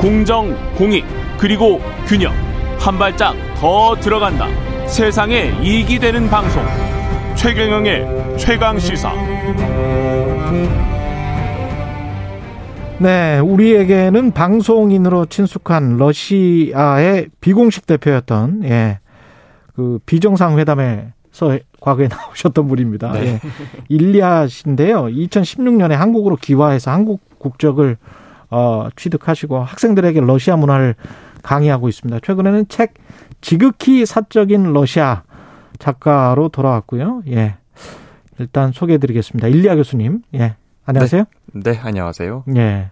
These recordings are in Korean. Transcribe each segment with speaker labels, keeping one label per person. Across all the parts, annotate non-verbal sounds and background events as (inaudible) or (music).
Speaker 1: 공정, 공익, 그리고 균형. 한 발짝 더 들어간다. 세상에 이익이 되는 방송. 최경영의 최강 시사.
Speaker 2: 네, 우리에게는 방송인으로 친숙한 러시아의 비공식 대표였던 예. 그 비정상 회담에서 과거에 (laughs) 나오셨던 분입니다. 예. 일리아 씨인데요. 2016년에 한국으로 귀화해서 한국 국적을 어, 취득하시고 학생들에게 러시아 문화를 강의하고 있습니다. 최근에는 책 지극히 사적인 러시아 작가로 돌아왔고요. 예. 일단 소개해 드리겠습니다. 일리아 교수님. 예. 안녕하세요.
Speaker 3: 네, 안녕하세요.
Speaker 2: 예.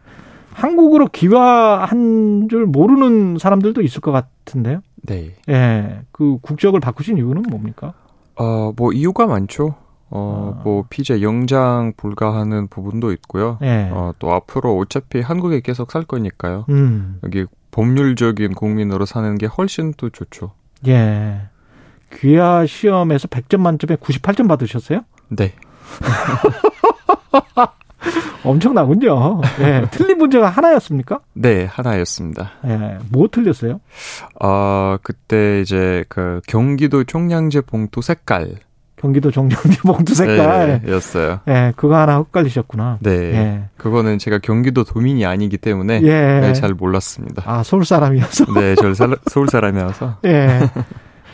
Speaker 2: 한국으로 귀화한 줄 모르는 사람들도 있을 것 같은데요.
Speaker 3: 네.
Speaker 2: 예. 그 국적을 바꾸신 이유는 뭡니까?
Speaker 3: 어, 뭐 이유가 많죠. 어,
Speaker 2: 아.
Speaker 3: 뭐 피자 영장 불가하는 부분도 있고요.
Speaker 2: 예.
Speaker 3: 어, 또 앞으로 어차피 한국에 계속 살 거니까요.
Speaker 2: 음.
Speaker 3: 여기 법률적인 국민으로 사는 게 훨씬 더 좋죠.
Speaker 2: 예. 귀화 시험에서 100점 만점에 98점 받으셨어요?
Speaker 3: 네.
Speaker 2: 엄청나군요.
Speaker 3: (laughs)
Speaker 2: 예. 틀린 문제가 하나였습니까?
Speaker 3: 네, 하나였습니다.
Speaker 2: 예. 뭐 틀렸어요?
Speaker 3: 아, 그때 이제 그 경기도 총량제 봉투 색깔.
Speaker 2: 경기도 정전기 (laughs) 봉투 색깔.
Speaker 3: 네, 였어요.
Speaker 2: 예. 그거 하나 헷갈리셨구나.
Speaker 3: 네.
Speaker 2: 예.
Speaker 3: 그거는 제가 경기도 도민이 아니기 때문에
Speaker 2: 예.
Speaker 3: 네, 잘 몰랐습니다.
Speaker 2: 아, 서울 사람이어서.
Speaker 3: 네, 저 서울 사람이라서.
Speaker 2: 예.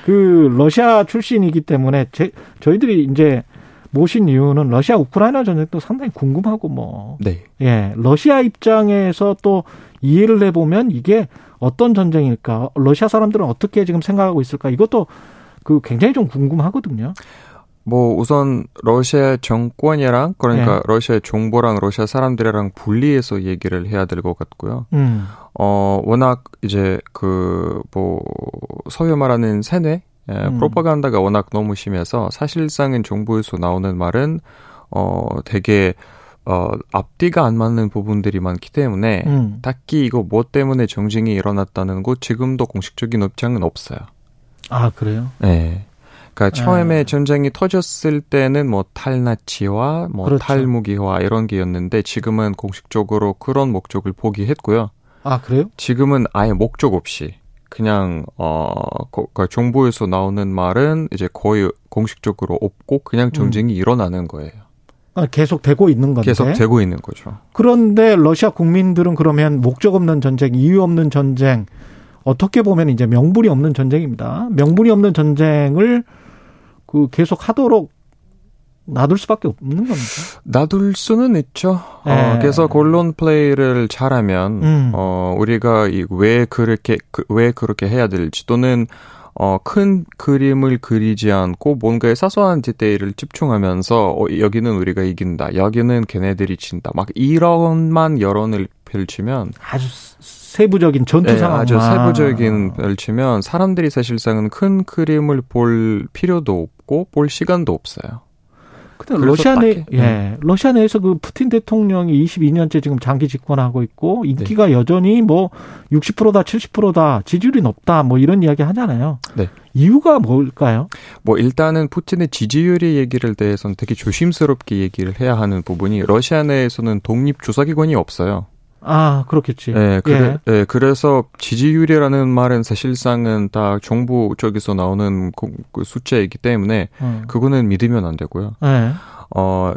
Speaker 2: 그 러시아 출신이기 때문에 제, 저희들이 이제 모신 이유는 러시아 우크라이나 전쟁도 상당히 궁금하고 뭐
Speaker 3: 네.
Speaker 2: 예, 러시아 입장에서 또 이해를 해 보면 이게 어떤 전쟁일까? 러시아 사람들은 어떻게 지금 생각하고 있을까? 이것도 그 굉장히 좀 궁금하거든요.
Speaker 3: 뭐 우선 러시아 정권이랑
Speaker 2: 네.
Speaker 3: 그러니까 러시아 정보랑 러시아 사람들이랑 분리해서 얘기를 해야 될 것 같고요.
Speaker 2: 음.
Speaker 3: 어 워낙 이제 그 뭐 소위 말하는 세뇌 예,
Speaker 2: 음.
Speaker 3: 프로파간다가 워낙 너무 심해서 사실상은 정부에서 나오는 말은 어 되게 어 앞뒤가 안 맞는 부분들이 많기 때문에
Speaker 2: 음.
Speaker 3: 딱히 이거 뭐 때문에 정쟁이 일어났다는 거 지금도 공식적인 입장은 없어요.
Speaker 2: 아, 그래요.
Speaker 3: 네. 그러니까
Speaker 2: 아.
Speaker 3: 처음에 전쟁이 터졌을 때는 뭐 탈나치와 뭐
Speaker 2: 그렇죠.
Speaker 3: 탈무기화 이런 게였는데 지금은 공식적으로 그런 목적을 포기했고요.
Speaker 2: 아, 그래요?
Speaker 3: 지금은 아예 목적 없이 그냥 어 거- 그 정부에서 나오는 말은 이제 거의 공식적으로 없고 그냥 전쟁이 일어나는 거예요.
Speaker 2: 아, 계속 되고 있는 건데.
Speaker 3: 계속 되고 있는 거죠.
Speaker 2: 그런데 러시아 국민들은 그러면 목적 없는 전쟁, 이유 없는 전쟁, 어떻게 보면 이제 명분이 없는 전쟁입니다. 명분이 없는 전쟁을 그 계속 하도록 놔둘 수밖에 없는 겁니다.
Speaker 3: 놔둘 수는 있죠.
Speaker 2: 예.
Speaker 3: 어, 그래서 골론 플레이를 잘하면
Speaker 2: 음.
Speaker 3: 어 우리가 이 왜 그렇게 그, 왜 그렇게 해야 될지 또는 어 큰 그림을 그리지 않고 뭔가의 사소한 디테일을 집중하면서 어, 여기는 우리가 이긴다, 여기는 걔네들이 진다, 막 이런만 여론을 펼치면
Speaker 2: 아주 세- 세부적인 전투
Speaker 3: 예,
Speaker 2: 상황
Speaker 3: 아주 세부적인 펼치면 사람들이 사실상은 큰 그림을 볼 필요도 없고 볼 시간도 없어요.
Speaker 2: 근데
Speaker 3: 그래서 음.
Speaker 2: 러시아 내,
Speaker 3: 딱히,
Speaker 2: 예, 러시아 내에서 그 푸틴 대통령이 22년째 지금 장기 집권하고 있고
Speaker 3: 네.
Speaker 2: 인기가 여전히 뭐 60%다 70%다 지지율이 높다 뭐 이런 이야기 하잖아요.
Speaker 3: 네.
Speaker 2: 이유가 뭘까요?
Speaker 3: 뭐 일단은 푸틴의 지지율의 얘기를 대해서는 되게 조심스럽게 얘기를 해야 하는 부분이 러시아 내에서는 독립 조사기관이 없어요.
Speaker 2: 아 그렇겠지.
Speaker 3: 예, 그래, 예, 그래서 지지율이라는 말은 사실상은 다 정부 쪽에서 나오는 그- 그 숫자이기 때문에
Speaker 2: 어.
Speaker 3: 그거는 믿으면 안 되고요.
Speaker 2: 예.
Speaker 3: 어,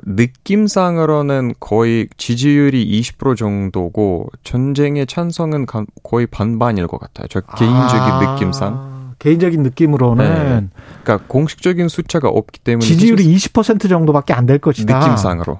Speaker 3: 느낌상으로는 거의 지지율이 20% 정도고 전쟁의 찬성은 간- 거의 반반일 것 같아요. 저 개인적인
Speaker 2: 아,
Speaker 3: 느낌상.
Speaker 2: 개인적인 느낌으로는
Speaker 3: 그러니까 공식적인 숫자가 없기 때문에
Speaker 2: 지지율이 20% 정도밖에 안 될 것이다.
Speaker 3: 느낌상으로.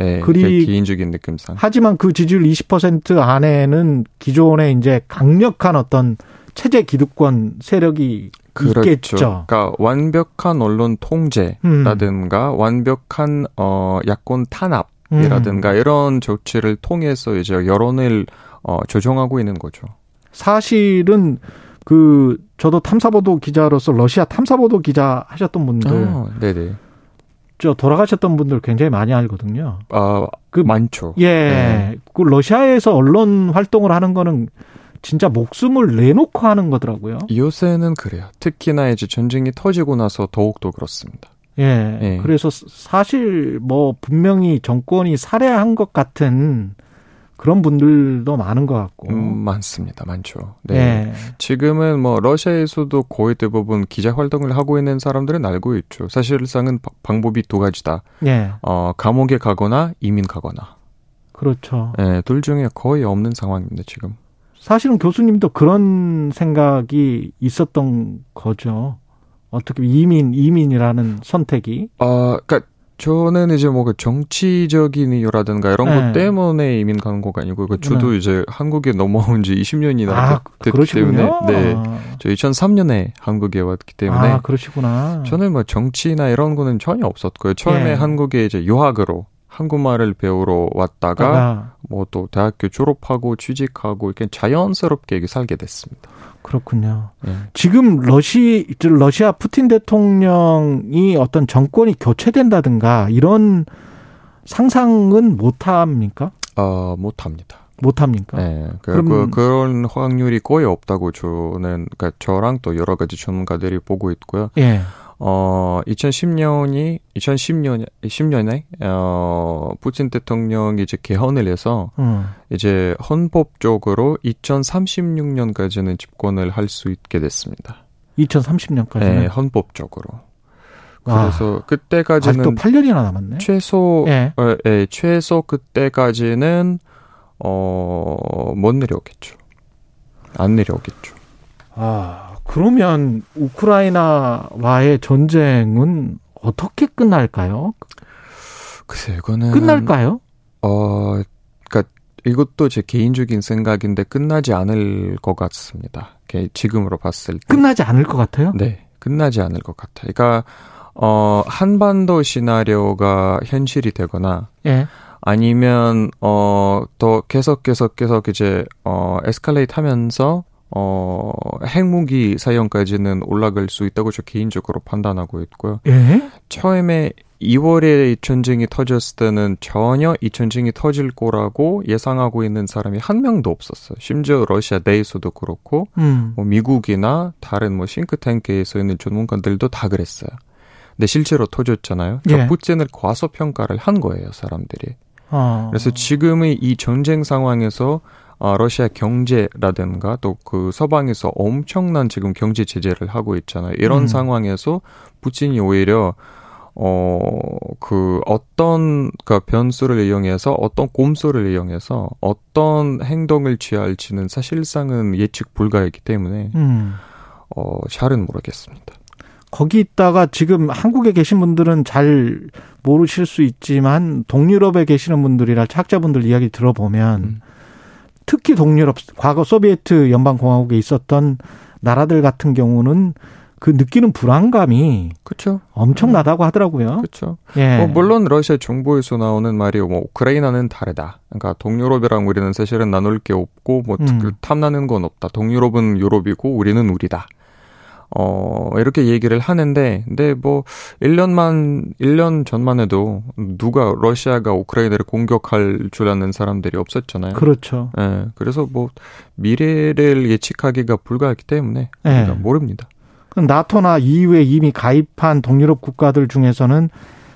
Speaker 3: 예,
Speaker 2: 그리-
Speaker 3: 제 개인적인 느낌상.
Speaker 2: 하지만 그 지지율 20% 안에는 기존의 이제 강력한 어떤 체제 기득권 세력이 있겠죠.
Speaker 3: 그러니까 완벽한 언론
Speaker 2: 음.
Speaker 3: 통제라든가 완벽한 어 야권
Speaker 2: 음.
Speaker 3: 탄압이라든가 이런 조치를 통해서 이제 여론을 어 조정하고 있는 거죠.
Speaker 2: 사실은 그 저도 탐사보도 기자로서 러시아 탐사보도 기자 하셨던 분들,
Speaker 3: 네, 네.
Speaker 2: 저 돌아가셨던 분들 굉장히 많이 알거든요.
Speaker 3: 아,
Speaker 2: 그-
Speaker 3: 많죠.
Speaker 2: 예,
Speaker 3: 네.
Speaker 2: 그 러시아에서 언론 활동을 하는 거는 진짜 목숨을 내놓고 하는 거더라고요.
Speaker 3: 요새는 그래요. 특히나 이제 전쟁이 터지고 나서 더욱더 그렇습니다.
Speaker 2: 예.
Speaker 3: 예.
Speaker 2: 그래서 사- 사실 뭐 분명히 정권이 살해한 것 같은 그런 분들도 많은 것 같고.
Speaker 3: 음, 많습니다. 많죠. 네.
Speaker 2: 예.
Speaker 3: 지금은 뭐 러시아에서도 거의 대부분 기자 활동을 하고 있는 사람들은 알고 있죠. 사실상은 바- 방법이 두 가지다.
Speaker 2: 예.
Speaker 3: 어, 감옥에 가거나 이민 가거나.
Speaker 2: 그렇죠.
Speaker 3: 예, 둘 중에 거의 없는 상황입니다, 지금.
Speaker 2: 사실은 교수님도 그런 생각이 있었던 거죠. 어떻게 이민 이민이라는 선택이
Speaker 3: 아, 그러니까 저는 이제 뭐그 정치적인 이유라든가 이런
Speaker 2: 네.
Speaker 3: 것 때문에 이민 가는 거가 아니고 그 저도 이제 한국에 넘어온 지 20년이나
Speaker 2: 아
Speaker 3: 됐기 네, 그, 때문에
Speaker 2: 그러시군요.
Speaker 3: 네.
Speaker 2: 아,
Speaker 3: 저 2003년에 한국에 왔기 때문에
Speaker 2: 아 그러시구나.
Speaker 3: 저는 뭐 정치나 이런 거는 전혀 없었고요. 처음에
Speaker 2: 예.
Speaker 3: 한국에 이제 유학으로 한국말을 배우러 왔다가
Speaker 2: 아,
Speaker 3: 뭐 또 대학교 졸업하고 취직하고 이렇게 자연스럽게 이렇게 살게 됐습니다.
Speaker 2: 그렇군요.
Speaker 3: 예.
Speaker 2: 지금 러시 러시아 푸틴 대통령이 어떤 정권이 교체된다든가 이런 상상은 못 합니까?
Speaker 3: 어, 못합니다.
Speaker 2: 못 합니까?
Speaker 3: 예. 그,
Speaker 2: 그러니까. 그럼-
Speaker 3: 그, 그런 확률이 거의 없다고 저는, 그니까 저랑 또 여러 가지 전문가들이 보고 있고요.
Speaker 2: 예.
Speaker 3: 어, 2010년이, 2010년, 10년에, 어, 푸틴 대통령이 이제 개헌을 해서
Speaker 2: 음.
Speaker 3: 이제 헌법적으로 2036년까지는 집권을 할 수 있게 됐습니다.
Speaker 2: 2030년까지.
Speaker 3: 네,
Speaker 2: 는
Speaker 3: 헌법적으로.
Speaker 2: 와,
Speaker 3: 그래서
Speaker 2: 아직도
Speaker 3: 그때까지는
Speaker 2: 8년이나 남았네.
Speaker 3: 최소
Speaker 2: 예.
Speaker 3: 어, 예, 최소 그때까지는 어못 내려오겠죠. 안 내려오겠죠.
Speaker 2: 아, 그러면 우크라이나와의 전쟁은 어떻게 끝날까요?
Speaker 3: 글쎄 이거는
Speaker 2: 끝날까요?
Speaker 3: 어 그러니까 이것도 제 개인적인 생각인데 끝나지 않을 것 같습니다. 이렇게 지금으로 봤을 때.
Speaker 2: 끝나지 않을 것 같아요?
Speaker 3: 네, 끝나지 않을 것 같아요. 그러니까 어 한반도 시나리오가 현실이 되거나
Speaker 2: 예.
Speaker 3: 아니면 어더 계속 계속 계속 이제 어 에스컬레이트 하면서 어 핵무기 사용까지는 올라갈 수 있다고 저 개인적으로 판단하고 있고요.
Speaker 2: 예?
Speaker 3: 처음에 2월에 이 전쟁이 터졌을 때는 전혀 이 전쟁이 터질 거라고 예상하고 있는 사람이 한 명도 없었어요. 심지어 러시아 내에서도 그렇고
Speaker 2: 음.
Speaker 3: 뭐 미국이나 다른 뭐 싱크탱크에서 있는 전문가들도 다 그랬어요. 근데 실제로 터졌잖아요. 그러니까
Speaker 2: 예.
Speaker 3: 푸틴을 과소평가를 한 거예요, 사람들이.
Speaker 2: 어.
Speaker 3: 그래서 지금의 이 전쟁 상황에서 아, 러시아 경제라든가 또 그 서방에서 엄청난 지금 경제 제재를 하고 있잖아요. 이런
Speaker 2: 음.
Speaker 3: 상황에서 푸틴이 오히려 어 그 어떤 그 변수를 이용해서 어떤 꼼수를 이용해서 어떤 행동을 취할지는 사실상은 예측 불가이기 때문에
Speaker 2: 음.
Speaker 3: 어, 잘은 모르겠습니다.
Speaker 2: 거기 있다가 지금 한국에 계신 분들은 잘 모르실 수 있지만 동유럽에 계시는 분들이나 학자분들 이야기 들어보면
Speaker 3: 음.
Speaker 2: 특히 동유럽 과거 소비에트 연방 공화국에 있었던 나라들 같은 경우는 그 느끼는 불안감이
Speaker 3: 그렇죠,
Speaker 2: 엄청나다고 하더라고요.
Speaker 3: 그렇죠.
Speaker 2: 예.
Speaker 3: 뭐 물론 러시아 정부에서 나오는 말이 뭐 우크라이나는 다르다. 그러니까 동유럽이랑 우리는 사실은 나눌 게 없고 뭐
Speaker 2: 음.
Speaker 3: 특- 탐나는 건 없다. 동유럽은 유럽이고 우리는 우리다. 어 이렇게 얘기를 하는데 근데 뭐 1년만 1년 전만 해도 누가 러시아가 우크라이나를 공격할 줄 아는 사람들이 없었잖아요.
Speaker 2: 그렇죠.
Speaker 3: 예. 그래서 뭐 미래를 예측하기가 불가하기 때문에
Speaker 2: 예.
Speaker 3: 우리가 모릅니다.
Speaker 2: 그럼 나토나 EU에 이미 가입한 동유럽 국가들 중에서는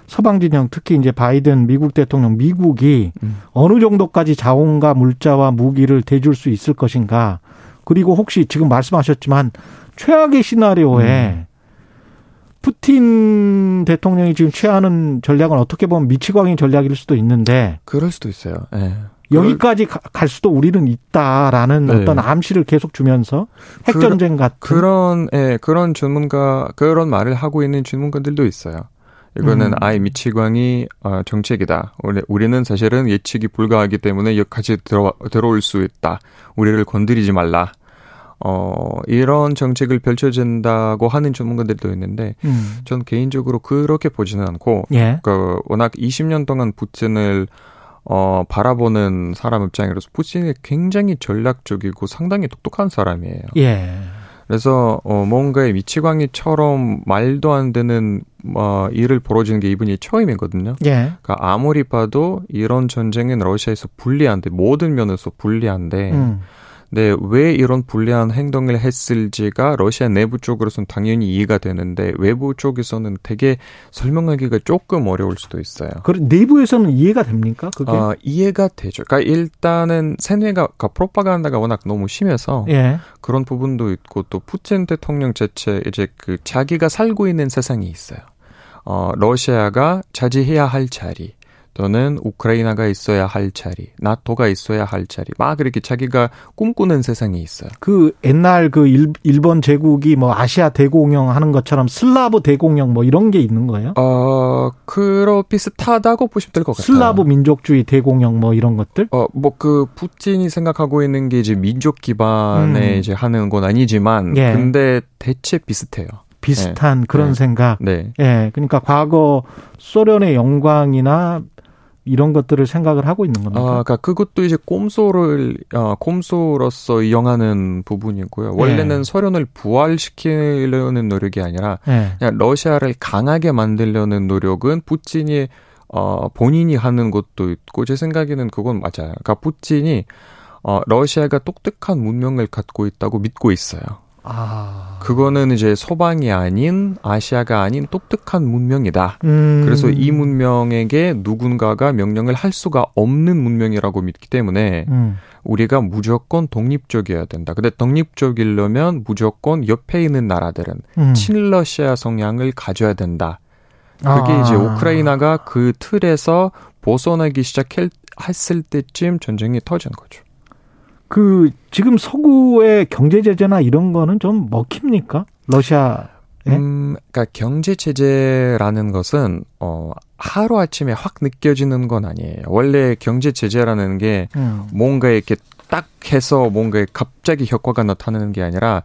Speaker 2: 서방 진영 특히 이제 바이든 미국 대통령 미국이
Speaker 3: 음.
Speaker 2: 어느 정도까지 자원과 물자와 무기를 대줄 수 있을 것인가 그리고 혹시 지금 말씀하셨지만 최악의
Speaker 3: 음.
Speaker 2: 시나리오에 푸틴 대통령이 지금 취하는 전략은 어떻게 보면 미치광이 전략일 수도 있는데
Speaker 3: 그럴 수도 있어요. 예.
Speaker 2: 여기까지 가- 갈 수도 우리는 있다라는
Speaker 3: 네.
Speaker 2: 어떤 암시를 계속 주면서 핵전쟁 같은
Speaker 3: 그런 예 그런 전문가 그런 말을 하고 있는 전문가들도 있어요. 이거는
Speaker 2: 음.
Speaker 3: 아예 미치광이 어, 정책이다. 우리, 우리는 사실은 예측이 불가하기 때문에 여기까지 들어, 들어올 수 있다. 우리를 건드리지 말라. 어 이런 정책을 펼쳐진다고 하는 전문가들도 있는데
Speaker 2: 음.
Speaker 3: 전 개인적으로 그렇게 보지는 않고
Speaker 2: 예.
Speaker 3: 그 워낙 20년 동안 푸틴을 어 바라보는 사람 입장으로서 푸틴이 굉장히 전략적이고 상당히 똑똑한 사람이에요.
Speaker 2: 예.
Speaker 3: 그래서 어 뭔가의 미치광이처럼 말도 안 되는 어 일을 벌어지는 게 이분이 처음이거든요.
Speaker 2: 예.
Speaker 3: 그러니까 아무리 봐도 이런 전쟁은 러시아에서 불리한데 모든 면에서 불리한데
Speaker 2: 음.
Speaker 3: 네, 왜 이런 불리한 행동을 했을지가 러시아 내부 쪽으로선 당연히 이해가 되는데 외부 쪽에서는 되게 설명하기가 조금 어려울 수도 있어요.
Speaker 2: 그런 내부에서는 이해가 됩니까? 그게
Speaker 3: 아, 이해가 되죠. 그러니까 일단은 세뇌가 그러니까 프로파간다가 워낙 너무 심해서
Speaker 2: 예.
Speaker 3: 그런 부분도 있고 또 푸틴 대통령 자체 이제 그 자기가 살고 있는 세상이 있어요. 어, 러시아가 차지해야 할 자리 또는 우크라이나가 있어야 할 자리, 나토가 있어야 할 자리 막 이렇게 자기가 꿈꾸는 세상이 있어요.
Speaker 2: 그 옛날 그 일, 일본 제국이 뭐 아시아 대공영 하는 것처럼 슬라브 대공영 뭐 이런 게 있는 거예요?
Speaker 3: 어, 그러 비슷하다고 보시면 될 것 같아요.
Speaker 2: 슬라브 민족주의 대공영 뭐 이런 것들?
Speaker 3: 어, 뭐 그 푸틴이 생각하고 있는 게 이제 민족 기반에
Speaker 2: 음.
Speaker 3: 이제 하는 건 아니지만
Speaker 2: 예.
Speaker 3: 근데 대체 비슷해요.
Speaker 2: 비슷한 그런
Speaker 3: 네.
Speaker 2: 생각.
Speaker 3: 네.
Speaker 2: 예. 그러니까 과거 소련의 영광이나 이런 것들을 생각을 하고 있는 겁니다.
Speaker 3: 아, 그러니까 그것도 이제 꼼소를 어, 꼼소로서 이용하는 부분이고요. 원래는
Speaker 2: 예.
Speaker 3: 소련을 부활시키려는 노력이 아니라
Speaker 2: 예.
Speaker 3: 그냥 러시아를 강하게 만들려는 노력은 푸틴이 어, 본인이 하는 것도 있고 제 생각에는 그건 맞아요. 그러니까 푸틴이 어, 러시아가 똑똑한 문명을 갖고 있다고 믿고 있어요.
Speaker 2: 아.
Speaker 3: 그거는 이제 서방이 아닌 아시아가 아닌 똑똑한 문명이다.
Speaker 2: 음.
Speaker 3: 그래서 이 문명에게 누군가가 명령을 할 수가 없는 문명이라고 믿기 때문에
Speaker 2: 음.
Speaker 3: 우리가 무조건 독립적이어야 된다. 근데 독립적이려면 무조건 옆에 있는 나라들은
Speaker 2: 음.
Speaker 3: 친러시아 성향을 가져야 된다. 그게
Speaker 2: 아.
Speaker 3: 이제 우크라이나가 그 틀에서 벗어나기 시작했을 때쯤 전쟁이 터진 거죠.
Speaker 2: 그 지금 서구의 경제 제재나 이런 거는 좀 먹힙니까? 러시아. 예?
Speaker 3: 음, 그러니까 경제 제재라는 것은 어 하루 아침에 확 느껴지는 건 아니에요. 원래 경제 제재라는 게
Speaker 2: 음.
Speaker 3: 뭔가 이렇게 딱 해서 뭔가 갑자기 효과가 나타나는 게 아니라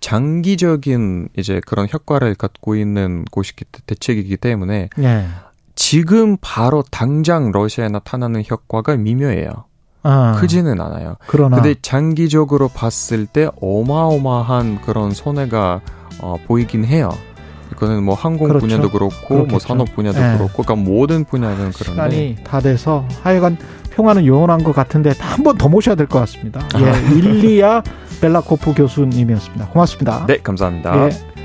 Speaker 3: 장기적인 이제 그런 효과를 갖고 있는 곳이기 대책이기 때문에
Speaker 2: 예.
Speaker 3: 지금 바로 당장 러시아에 나타나는 효과가 미묘해요.
Speaker 2: 아,
Speaker 3: 크지는 않아요.
Speaker 2: 그러나
Speaker 3: 근데 장기적으로 봤을 때 어마어마한 그런 손해가 어, 보이긴 해요. 이거는 뭐 항공
Speaker 2: 그렇죠.
Speaker 3: 분야도 그렇고
Speaker 2: 그렇겠죠.
Speaker 3: 뭐 산업 분야도
Speaker 2: 예.
Speaker 3: 그렇고 그러니까 모든 분야는 그런데
Speaker 2: 시간이 다 돼서 하여간 평화는 요원한 것 같은데 한 번 더 모셔야 될
Speaker 3: (laughs)
Speaker 2: 것 같습니다. 예, 일리아 벨라코프 교수님이었습니다. 고맙습니다.
Speaker 3: 네 감사합니다.
Speaker 2: 예.